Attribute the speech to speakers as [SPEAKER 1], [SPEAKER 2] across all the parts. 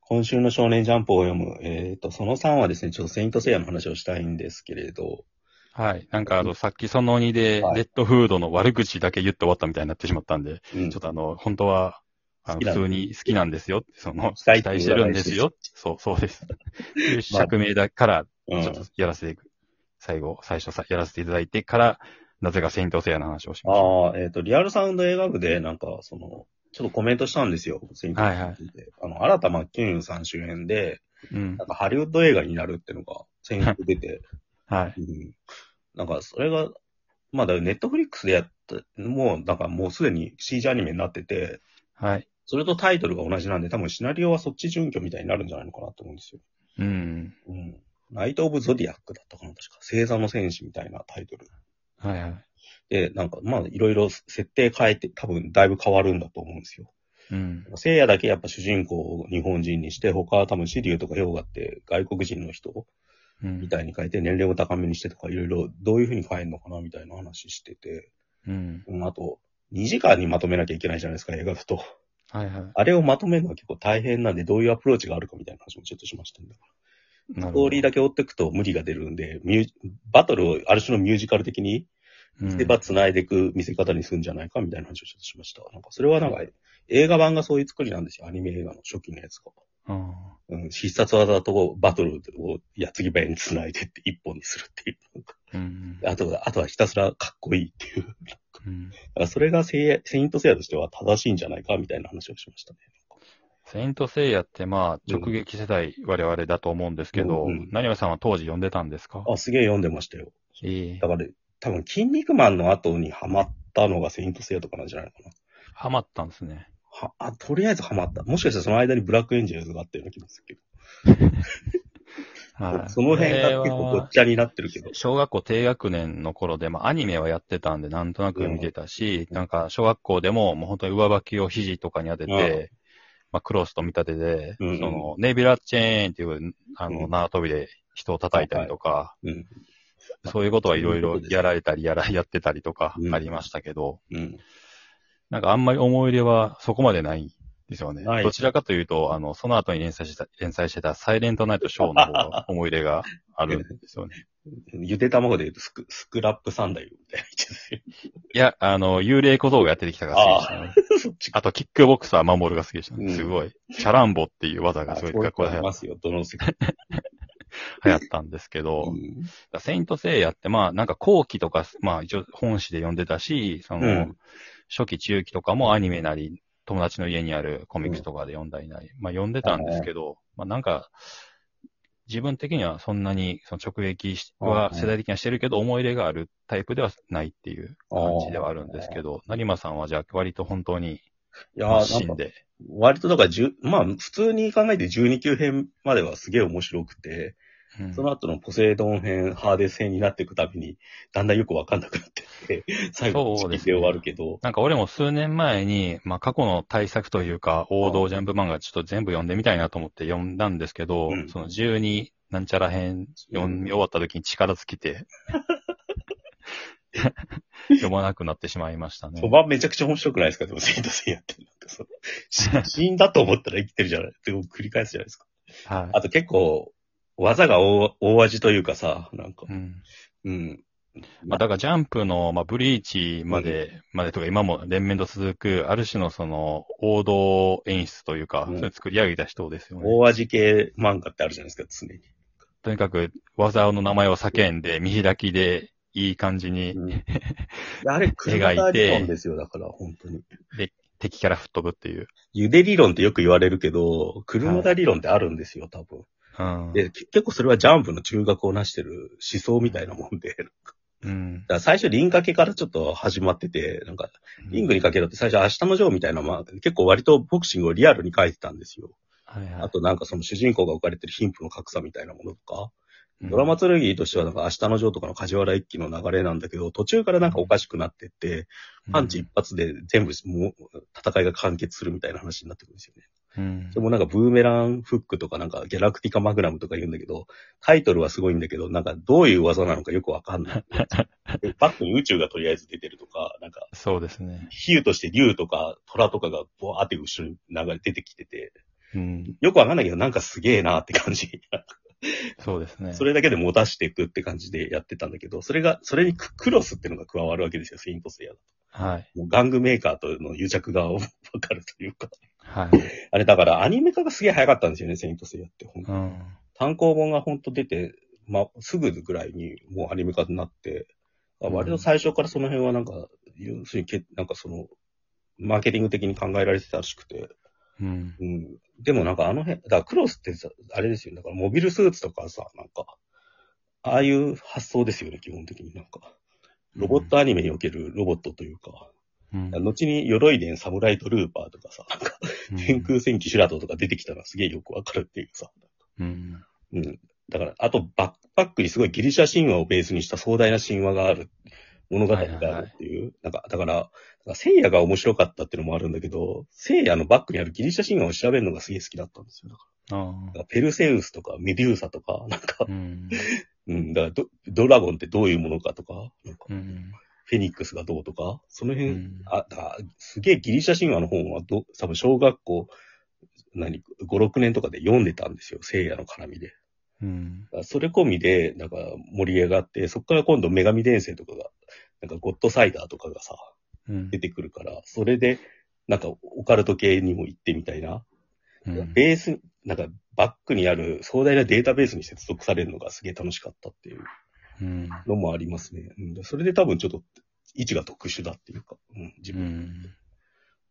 [SPEAKER 1] 今週の少年ジャンプを読む、えっ、と、その3はですね、ちょっとセイントセイヤの話をしたいんですけれど、
[SPEAKER 2] はい。なんか、あの、さっきその2で、
[SPEAKER 1] はい
[SPEAKER 2] レッドフードの悪口だけ言って終わったみたいになってしまったんで、
[SPEAKER 1] うん
[SPEAKER 2] ちょっとあの、本当は、あ
[SPEAKER 1] 好
[SPEAKER 2] の
[SPEAKER 1] きな
[SPEAKER 2] 普
[SPEAKER 1] んで
[SPEAKER 2] 通に好きなんですよ。その、
[SPEAKER 1] 期
[SPEAKER 2] 期
[SPEAKER 1] 待っていう
[SPEAKER 2] 待してるんですよ。そう、そ うです。という釈明だから、
[SPEAKER 1] う
[SPEAKER 2] ちょっとやらせて、最後、最初さ、やらせていただいてから、なぜかセイントセイヤの話をしまし
[SPEAKER 1] ああ、えっ、と、リアルサウンド映画部で、なんか、その、ちょっとコメントしたんですよ。セイントセイヤについてあの、新田真剣佑さん主演で、
[SPEAKER 2] た。うん
[SPEAKER 1] な。んかハリウッド映画になるってのが、先日出 て、
[SPEAKER 2] はい。
[SPEAKER 1] うんなんか、それが、まあだネットフリックスでやった、もう、なんかもうすでに CG アニメになってて、
[SPEAKER 2] はい。
[SPEAKER 1] それとタイトルが同じなんで、多分シナリオはそっち準拠みたいになるんじゃないのかなと思うんですよ。
[SPEAKER 2] うん。
[SPEAKER 1] うん。ナイト・オブ・ゾディアックだったかな、確か。星座の戦士みたいなタイトル。
[SPEAKER 2] はいはい。
[SPEAKER 1] で、なんか、まあ、いろいろ設定変えて、多分だいぶ変わるんだと思うんですよ。
[SPEAKER 2] うん。
[SPEAKER 1] 聖夜だけやっぱ主人公を日本人にして、他は多分シリュウとかヨーガって外国人の人
[SPEAKER 2] うん
[SPEAKER 1] みたいに変えて、年齢を高めにしてとか、いろいろどういう風に変えるのかなみたいな話してて、
[SPEAKER 2] うん。
[SPEAKER 1] うん、あと、2時間にまとめなきゃいけないじゃないですか、映画だと。
[SPEAKER 2] はいは
[SPEAKER 1] あれをまとめるのは結構大変なんで、どういうアプローチがあるかみたいな話もちょっとしましたんで。
[SPEAKER 2] い。な
[SPEAKER 1] ス
[SPEAKER 2] る
[SPEAKER 1] トー
[SPEAKER 2] ほど
[SPEAKER 1] リーだけ追っていくと無理が出るんで、ミュージバトルをある種のミュージカル的に、見せ場繋いでいく見せ方にするんじゃないかみたいな話をちょっとしました。なんか、それはなんか、映画版がそういう作りなんですよ、アニメ映画の初期のやつが。
[SPEAKER 2] うん。うん
[SPEAKER 1] うん、必殺技とバトルを矢継ぎ早に繋いでって一本にするっていう。なんか
[SPEAKER 2] うん。
[SPEAKER 1] あと、あとはひたすらかっこいいっていう。
[SPEAKER 2] うん
[SPEAKER 1] だからそれがセイヤセイントセイヤとしては正しいんじゃないかみたいな話をしましたね。
[SPEAKER 2] セイントセイヤってまあ
[SPEAKER 1] うん
[SPEAKER 2] 直撃世代我々だと思うんですけど、
[SPEAKER 1] うんうん
[SPEAKER 2] 何をさんは当時読んでたんですか
[SPEAKER 1] あ、すげえ読んでましたよ。
[SPEAKER 2] ええ
[SPEAKER 1] だから、多分、筋肉マンの後にハマったのがセイントセイヤとかなんじゃないのかな。
[SPEAKER 2] ハマったんですね。
[SPEAKER 1] は、あ、とりあえずハマった。もしかしたらその間にブラックエンジェルズがあったような気もするけど。
[SPEAKER 2] はい。
[SPEAKER 1] その辺が結構ごっちゃになってるけ
[SPEAKER 2] こ
[SPEAKER 1] ど
[SPEAKER 2] れは。小学校低学年の頃で、まあアニメはやってたんでなんとなく見てたし、
[SPEAKER 1] うん
[SPEAKER 2] なんか小学校でももう本当に上履きを肘とかに当てて、まあクロスと見立てで、
[SPEAKER 1] うんうん
[SPEAKER 2] そのネイビラチェーンっていうあ
[SPEAKER 1] う
[SPEAKER 2] の
[SPEAKER 1] ん
[SPEAKER 2] 縄跳びで人を叩いたりとか、
[SPEAKER 1] うん。
[SPEAKER 2] そういうことはいろいろやられたりやら、やってたりとか
[SPEAKER 1] うん
[SPEAKER 2] ありましたけど、
[SPEAKER 1] うん。
[SPEAKER 2] なんかあんまり思い入れはそこまでないんですよね。
[SPEAKER 1] ない
[SPEAKER 2] どちらかというと、あの、その後に連載した、連載してたサイレントナイトショーの方 が思い入れがあるんですよね。
[SPEAKER 1] ゆで卵で言うとスクスクラップサンダルみたいな位置ですよ
[SPEAKER 2] いや、あの、幽霊小僧がやってきたが好きでした ね。
[SPEAKER 1] そっち
[SPEAKER 2] あと、キックボクサー守るが好きでした
[SPEAKER 1] うん
[SPEAKER 2] ね。すごい。チャランボっていう技がすごい学校で
[SPEAKER 1] あ
[SPEAKER 2] 流
[SPEAKER 1] り
[SPEAKER 2] 行
[SPEAKER 1] ますよ、どの世界。
[SPEAKER 2] 流行ったんですけど、
[SPEAKER 1] うん
[SPEAKER 2] セイントセイヤって、まあ、なんか後期とか、まあ一応本誌で読んでたし、その、
[SPEAKER 1] うん
[SPEAKER 2] 初期中期とかもアニメなり、友達の家にあるコミックスとかで読んだりなり、まあ読んでたんですけど、まあなんか、自分的にはそんなにその直撃し
[SPEAKER 1] あ
[SPEAKER 2] は
[SPEAKER 1] あ
[SPEAKER 2] 世代的にはしてるけど、思い入れがあるタイプではないっていう感じではあるんですけど、成馬さんはじゃあ割と本当に
[SPEAKER 1] いやー
[SPEAKER 2] 熱
[SPEAKER 1] なん
[SPEAKER 2] 心
[SPEAKER 1] か、
[SPEAKER 2] で。
[SPEAKER 1] 割とだから、じゅまあ、普通に考えて12級編まではすげえ面白くて、
[SPEAKER 2] うん
[SPEAKER 1] その後のポセイドン編、ハーデス編になっていくたびに、だんだんよくわかんなくなってって、最後、
[SPEAKER 2] そ
[SPEAKER 1] 地
[SPEAKER 2] うで
[SPEAKER 1] 球
[SPEAKER 2] す
[SPEAKER 1] で
[SPEAKER 2] ね
[SPEAKER 1] 終わるけど、
[SPEAKER 2] なんか俺も数年前に、まあ過去の対策というか、王道ジャンプ漫画ちょっと全部読んでみたいなと思って読んだんですけど、
[SPEAKER 1] うん
[SPEAKER 2] その12なんちゃら編読み終わった時に力尽 きて、読まなくなってしまいましたね
[SPEAKER 1] そ。ばめちゃくちゃ面白くないですかでも、セイントセイヤって。なんかその死 死んだと思ったら生きてるじゃないって繰り返すじゃないですか。
[SPEAKER 2] は
[SPEAKER 1] あと結構、技が大大味というかさ、なんか
[SPEAKER 2] い。う、ん。
[SPEAKER 1] うん。
[SPEAKER 2] まあだからジャンプの、まあブリーチまで、までとか今も連綿と続く、ある種のその王道演出というか、
[SPEAKER 1] うん
[SPEAKER 2] それを作り上げた人ですよね。
[SPEAKER 1] 大味系漫画ってあるじゃないですか、常に。
[SPEAKER 2] とにかく技の名前を叫んで、見開きで、いい感じに
[SPEAKER 1] うん、いやあれ、クラ
[SPEAKER 2] 描いて
[SPEAKER 1] 理論ですよ、だから、本当に。
[SPEAKER 2] 敵から吹っ飛ぶっていう。
[SPEAKER 1] ゆで理論ってよく言われるけど、車田理論ってあるんですよ、多分。
[SPEAKER 2] うん。
[SPEAKER 1] で、け結構それはジャンプの中核をなしてる思想みたいなもんで、だか
[SPEAKER 2] うん。
[SPEAKER 1] ら最初輪掛けからちょっと始まってて、なんか、リングにかけろって最初明日のジョーみたいな、まあ、結構割とボクシングをリアルに書いてたんですよ。
[SPEAKER 2] はいはい、
[SPEAKER 1] あとなんかその主人公が置かれてる貧富の格差みたいなものとか、
[SPEAKER 2] うん、
[SPEAKER 1] ドラマ剣としてはなんか明日のジョーとかの梶原一騎の流れなんだけど、途中からなんかおかしくなってって、パンチ一発で全部もう戦いが完結するみたいな話になってくるんですよね。
[SPEAKER 2] うん。
[SPEAKER 1] それもなんかブーメランフックとかなんかギャラクティカマグナムとか言うんだけど、タイトルはすごいんだけど、なんかどういう技なのかよくわかんない。 でバックに宇宙がとりあえず出てるとか、なんか
[SPEAKER 2] そうですね。
[SPEAKER 1] 比喩として竜とか虎とかがボワーって後ろに流れ出てきてて、
[SPEAKER 2] うん。
[SPEAKER 1] よくわかんないけど、なんかすげえなって感じ。
[SPEAKER 2] そうですね。
[SPEAKER 1] それだけで持たしていくって感じでやってたんだけど、それが、それにククロスってのが加わるわけですよ、セイントセイヤだと。
[SPEAKER 2] はい。
[SPEAKER 1] もう玩具メーカーとの癒着がわかるというか。
[SPEAKER 2] はい。
[SPEAKER 1] あれだからアニメ化がすげえ早かったんですよね、セイントセイヤって。ほん
[SPEAKER 2] うん。
[SPEAKER 1] 単行本がほんと出て、まあ、すぐぐらいにもうアニメ化になって、あ割と最初からその辺はなんか、要するにけ、なんかその、マーケティング的に考えられてたらしくて、
[SPEAKER 2] うん。
[SPEAKER 1] うん。でもなんかあの辺、だからクロスってさ、あれですよ、だからモビルスーツとかさ、なんか、ああいう発想ですよね、基本的になんか。ロボットアニメにおけるロボットというか、
[SPEAKER 2] うん。
[SPEAKER 1] 後に鎧伝サムライトルーパーとかさ、なんか
[SPEAKER 2] うん
[SPEAKER 1] 天空戦記シュラトとか出てきたらすげえよくわかるっていうさ。
[SPEAKER 2] うん。
[SPEAKER 1] うん。だから、あとバックパックにすごいギリシャ神話をベースにした壮大な神話がある、物語があるっていう。なんか、だから、なんか聖夜が面白かったっていうのもあるんだけど、聖夜のバックにあるギリシャ神話を調べるのがすげえ好きだったんですよ。だか
[SPEAKER 2] あ
[SPEAKER 1] ら、な
[SPEAKER 2] あ
[SPEAKER 1] んかペルセウスとかメデューサとか、なんか、
[SPEAKER 2] うん。
[SPEAKER 1] うん、だからドドラゴンってどういうものかとか、なんか
[SPEAKER 2] うん。
[SPEAKER 1] フェニックスがどうとか、その
[SPEAKER 2] う
[SPEAKER 1] 辺、
[SPEAKER 2] ん。
[SPEAKER 1] あ、だすげえギリシャ神話の本はど、多分小学校、何、5、6年とかで読んでたんですよ。聖夜の絡みで。
[SPEAKER 2] うん。
[SPEAKER 1] それ込みで、なんか盛り上がって、そこから今度女神伝説とかが、なんかゴッドサイダーとかがさ、
[SPEAKER 2] うん
[SPEAKER 1] 出てくるから、それで、なんかオカルト系にも行ってみたいな。
[SPEAKER 2] うん
[SPEAKER 1] ベース、なんかバックにある壮大なデータベースに接続されるのがすげえ楽しかったっていう
[SPEAKER 2] うん。
[SPEAKER 1] のもありますね。うん、でそれで多分ちょっと位置が特殊だっていうか、うん、自
[SPEAKER 2] う
[SPEAKER 1] 分。
[SPEAKER 2] ん。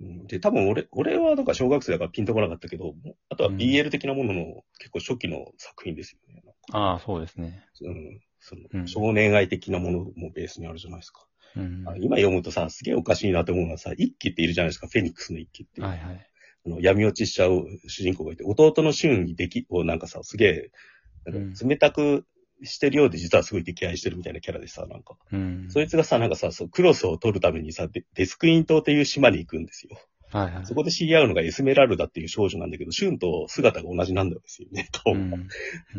[SPEAKER 1] うんで、多分俺、俺はなんか小学生だからピンとこなかったけど、あとは
[SPEAKER 2] うん
[SPEAKER 1] BL 的なものの結構初期の作品ですよね。
[SPEAKER 2] ああ、そうですね。
[SPEAKER 1] うんそうの
[SPEAKER 2] ん
[SPEAKER 1] 少年愛的なものもベースにあるじゃないですか。
[SPEAKER 2] うん。
[SPEAKER 1] あ
[SPEAKER 2] は
[SPEAKER 1] の
[SPEAKER 2] い
[SPEAKER 1] 今読むとさ、すげえおかしいなと思うのはさ、一期っているじゃないですか、フェニックスの一期って。
[SPEAKER 2] はい。
[SPEAKER 1] あの闇落ちしちゃう主人公がいて、弟のシュンにできをなんかさ、すげえ、なんか冷たくしてるようで実はすごい溺愛してるみたいなキャラでさ、なんか。
[SPEAKER 2] うん。
[SPEAKER 1] そいつがさ、なんかさ、そうクロスを取るためにさ、デデスクイン島っていう島に行くんですよ。
[SPEAKER 2] はいはい。
[SPEAKER 1] そこで知り合うのがエスメラルダっていう少女なんだけど、シュンと姿が同じなんですよね、顔
[SPEAKER 2] う
[SPEAKER 1] が。
[SPEAKER 2] ん。う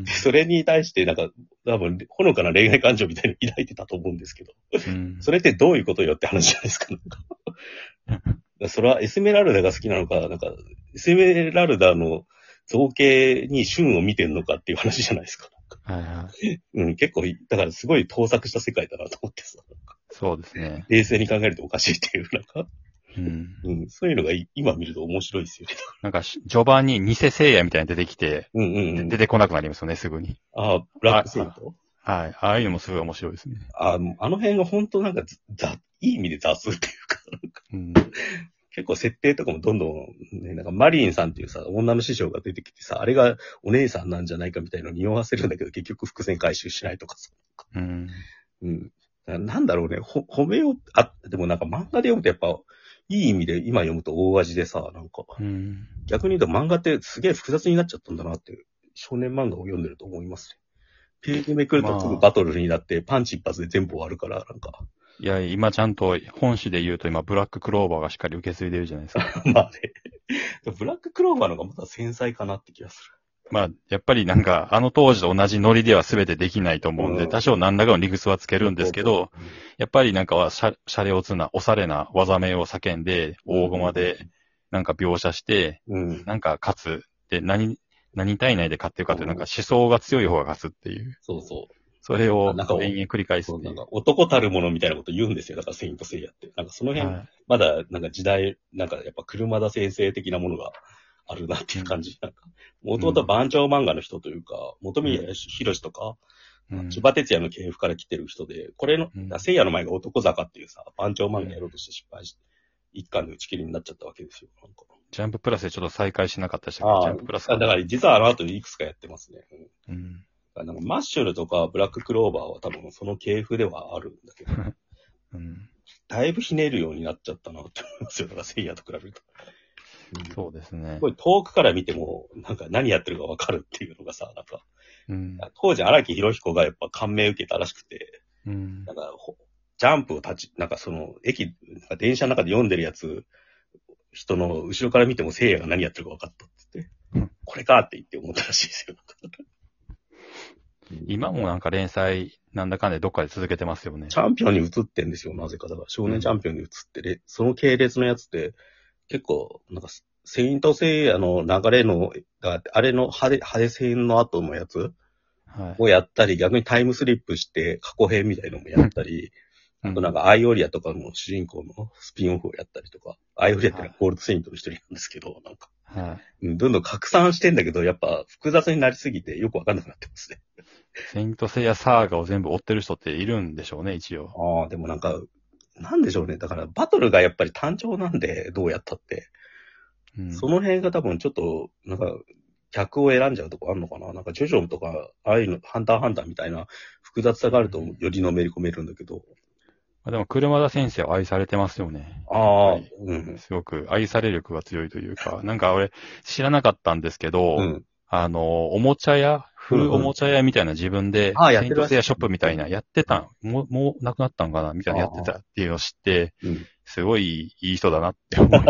[SPEAKER 2] ん
[SPEAKER 1] それに対して、なんか、多分、ほのかな恋愛感情みたいに抱いてたと思うんですけど、
[SPEAKER 2] うん
[SPEAKER 1] それってどういうことよって話じゃないですか、なんか。それはエスメラルダが好きなのか、なんか、エスメラルダの造形に旬を見てんのかっていう話じゃないですか。
[SPEAKER 2] はいはい。
[SPEAKER 1] うん、結構、だからすごい盗作した世界だなと思ってさ、
[SPEAKER 2] そうですね。
[SPEAKER 1] 冷静に考えるとおかしいっていう、なんか、
[SPEAKER 2] うん。
[SPEAKER 1] うん、そういうのがい今見ると面白いですよね。
[SPEAKER 2] なんかし、序盤に偽聖夜みたいに出てきて、
[SPEAKER 1] うんうんうん
[SPEAKER 2] 出。てこなくなりますよね、すぐに。
[SPEAKER 1] ああ、ブラックセイント
[SPEAKER 2] はい。ああいうのもすごい面白いですね。
[SPEAKER 1] ああの辺が本当なんかざ、ざいい意味で雑っていうか、
[SPEAKER 2] うん。
[SPEAKER 1] 結構設定とかもどんどん、ね、なんかマリーンさんっていうさ、女の師匠が出てきてさ、あれがお姉さんなんじゃないかみたいなのに匂わせるんだけど、結局伏線回収しないとかさ。
[SPEAKER 2] うん。
[SPEAKER 1] うん。ななんだろうね、ほ、褒めよう、あ、でもなんか漫画で読むとやっぱ、いい意味で今読むと大味でさ、なんか、
[SPEAKER 2] うん。
[SPEAKER 1] 逆に言うと漫画ってすげえ複雑になっちゃったんだなっていう、少年漫画を読んでると思いますね。ページめくるとすぐバトルになって、パンチ一発で全部終わるから、なんか、
[SPEAKER 2] いや、今ちゃんと、本誌で言うと今、ブラッククローバーがしっかり受け継いでるじゃないですか。
[SPEAKER 1] まあね。ブラッククローバーの方がまだ繊細かなって気がす
[SPEAKER 2] まあ、やっぱりなんか、あの当時と同じノリでは全てできないと思うん
[SPEAKER 1] う
[SPEAKER 2] で、
[SPEAKER 1] ん
[SPEAKER 2] 多少何らかの理屈はつけ
[SPEAKER 1] る。
[SPEAKER 2] るんですけど、、やっぱりなんかは、シャシャレオツな、おしゃれな技名を叫んで、大駒で、なんか描写して、
[SPEAKER 1] うん。
[SPEAKER 2] なんか勝つ。で、何、何体内で勝ってるかっていう、なんか思想が強い方が勝つっていう。
[SPEAKER 1] そうそ
[SPEAKER 2] それを
[SPEAKER 1] あなんか
[SPEAKER 2] 延々繰り返
[SPEAKER 1] う。
[SPEAKER 2] す
[SPEAKER 1] そう
[SPEAKER 2] って
[SPEAKER 1] ないん
[SPEAKER 2] う。
[SPEAKER 1] か男たるものみたいなこと言うんですよ。だから、セイントセイヤって。なんかその辺、
[SPEAKER 2] はい
[SPEAKER 1] まだなんか時代、なんかやっぱ車田先生的なものがあるなっていう感じ。なんか、もともと番長漫画の人というか、元宮宏とか、
[SPEAKER 2] うん
[SPEAKER 1] 千葉哲也の系譜から来てる人で、これの
[SPEAKER 2] うん、
[SPEAKER 1] 聖夜の前が男坂っていうさ、番長漫画やろうとして失敗して、一巻で打ち切りになっちゃったわけですよ。なんか
[SPEAKER 2] ジャンププラスでちょっと再開しなかったでしたけど、
[SPEAKER 1] あ
[SPEAKER 2] ジ
[SPEAKER 1] あ
[SPEAKER 2] ャンププラス
[SPEAKER 1] だから実はあの後いくつかやってますね。うん
[SPEAKER 2] うん。
[SPEAKER 1] だからなんかマッシュルとかブラッククローバーは多分その系譜ではあるんだ けど、
[SPEAKER 2] うん。
[SPEAKER 1] だいぶひねるようになっちゃったなって思いますよ。だからセイヤと比べると。うん
[SPEAKER 2] そうですね
[SPEAKER 1] すご。い遠くから見ても、なんか何やってるかわかるっていうのがさ、なんか、
[SPEAKER 2] うん。
[SPEAKER 1] 当時荒木博彦がやっぱ感銘受けたらしくて、
[SPEAKER 2] うん
[SPEAKER 1] なん。かほ、ジャンプを立ち、なんかその、駅、なんか電車の中で読んでるやつ、人の後ろから見ても聖夜が何やってるか分かったって言って、
[SPEAKER 2] うん
[SPEAKER 1] これかって言って思ったらしいですよ。
[SPEAKER 2] 今もなんか連載、なんだかんでどっかで続けてますよね。
[SPEAKER 1] チャンピオンに移ってんですよ、なぜか。だから、少年チャンピオンに移って、れその系列のやつって、結構、なんか、セイントセイヤの流れの、があって、あれの派手、派手戦の後のやつ
[SPEAKER 2] はい。
[SPEAKER 1] をやったり、逆にタイムスリップして過去編みたいのもやったり、
[SPEAKER 2] うん
[SPEAKER 1] あとなんかアイオリアとかの主人公のスピンオフをやったりとか、アイオリアってのはゴールドセイントの一人なんですけど、なんか、
[SPEAKER 2] はい。
[SPEAKER 1] うんどんどん拡散してんだけど、やっぱ複雑になりすぎてよくわかんなくなってますね。
[SPEAKER 2] セイントセイヤサーガを全部追ってる人っているんでしょうね、一応。
[SPEAKER 1] ああ、でもなんか、なんでしょうね。だからバトルがやっぱり単調なんで、どうやったって。
[SPEAKER 2] うん、
[SPEAKER 1] その辺が多分ちょっと、なんか、客を選んじゃうとこあるのかななんか、ジョジョとか、ああいうの、ハンターハンターみたいな複雑さがあると
[SPEAKER 2] うん
[SPEAKER 1] よりのめり込めるんだけど。
[SPEAKER 2] まあ、でも、車田先生は愛されてますよね。
[SPEAKER 1] ああ
[SPEAKER 2] はい、
[SPEAKER 1] うん。
[SPEAKER 2] すごく愛され力が強いというか、なんか俺、知らなかったんですけど、
[SPEAKER 1] うん。
[SPEAKER 2] あの、おもちゃ屋、
[SPEAKER 1] うん
[SPEAKER 2] 古
[SPEAKER 1] うん
[SPEAKER 2] おもちゃ屋みたいな自分で、
[SPEAKER 1] ああやっ
[SPEAKER 2] セ
[SPEAKER 1] て
[SPEAKER 2] イ
[SPEAKER 1] る
[SPEAKER 2] ン
[SPEAKER 1] らしい
[SPEAKER 2] トセイヤショップみたいな、やってたんもう、もうなくなったんかなみたいなやってたっていうのを知って、
[SPEAKER 1] うん
[SPEAKER 2] すごいいい人だなっ て思い、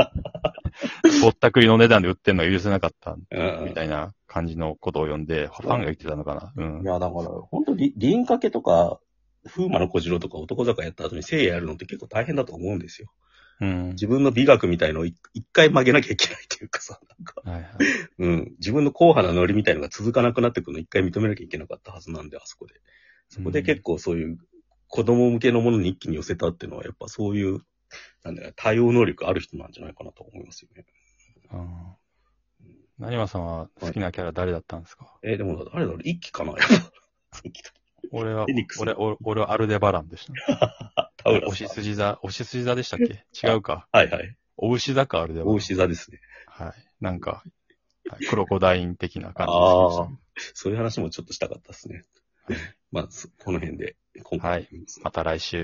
[SPEAKER 2] ぼったくりの値段で売ってんのが許せなかった、
[SPEAKER 1] うん
[SPEAKER 2] みたいな感じのことを読んで、ファンが言ってたのかなうん
[SPEAKER 1] い。や、だから、本当に、輪掛けとか、風魔の小次郎とか男坂やった後に聖夜やるのって結構大変だと思うんですよ。
[SPEAKER 2] うん。
[SPEAKER 1] 自分の美学みたいのを一一回曲げなきゃいけないっていうかさ、なんか、
[SPEAKER 2] はいはい。
[SPEAKER 1] うん。自分の硬派なノリみたいのが続かなくなってくるのを一回認めなきゃいけなかったはずなんで、あそこで。そこで結構そういう子供向けのものに一気に寄せたっていうのは、やっぱそういう、なんだろう、対応能力ある人なんじゃないかなと思いますよね。
[SPEAKER 2] うん。成馬さんは好きなキャラ誰だったんですか、
[SPEAKER 1] えーでも誰だろう一期かな 一期か
[SPEAKER 2] 俺は
[SPEAKER 1] フェニック、ス
[SPEAKER 2] 俺、俺俺はアルデバランでした、ね。
[SPEAKER 1] 田浦
[SPEAKER 2] お
[SPEAKER 1] さ
[SPEAKER 2] し
[SPEAKER 1] ん。
[SPEAKER 2] すじ座、おしすじ座でしたっけ違うか。
[SPEAKER 1] はいはい。
[SPEAKER 2] お牛座か、アルデバラン。
[SPEAKER 1] 大牛座ですね。
[SPEAKER 2] はい。なんか、はいクロコダイン的な感じ
[SPEAKER 1] ああ
[SPEAKER 2] で、
[SPEAKER 1] そういう話もちょっとしたかったですね。まあ、そこの辺で、今
[SPEAKER 2] す。は
[SPEAKER 1] 回
[SPEAKER 2] い。また来週。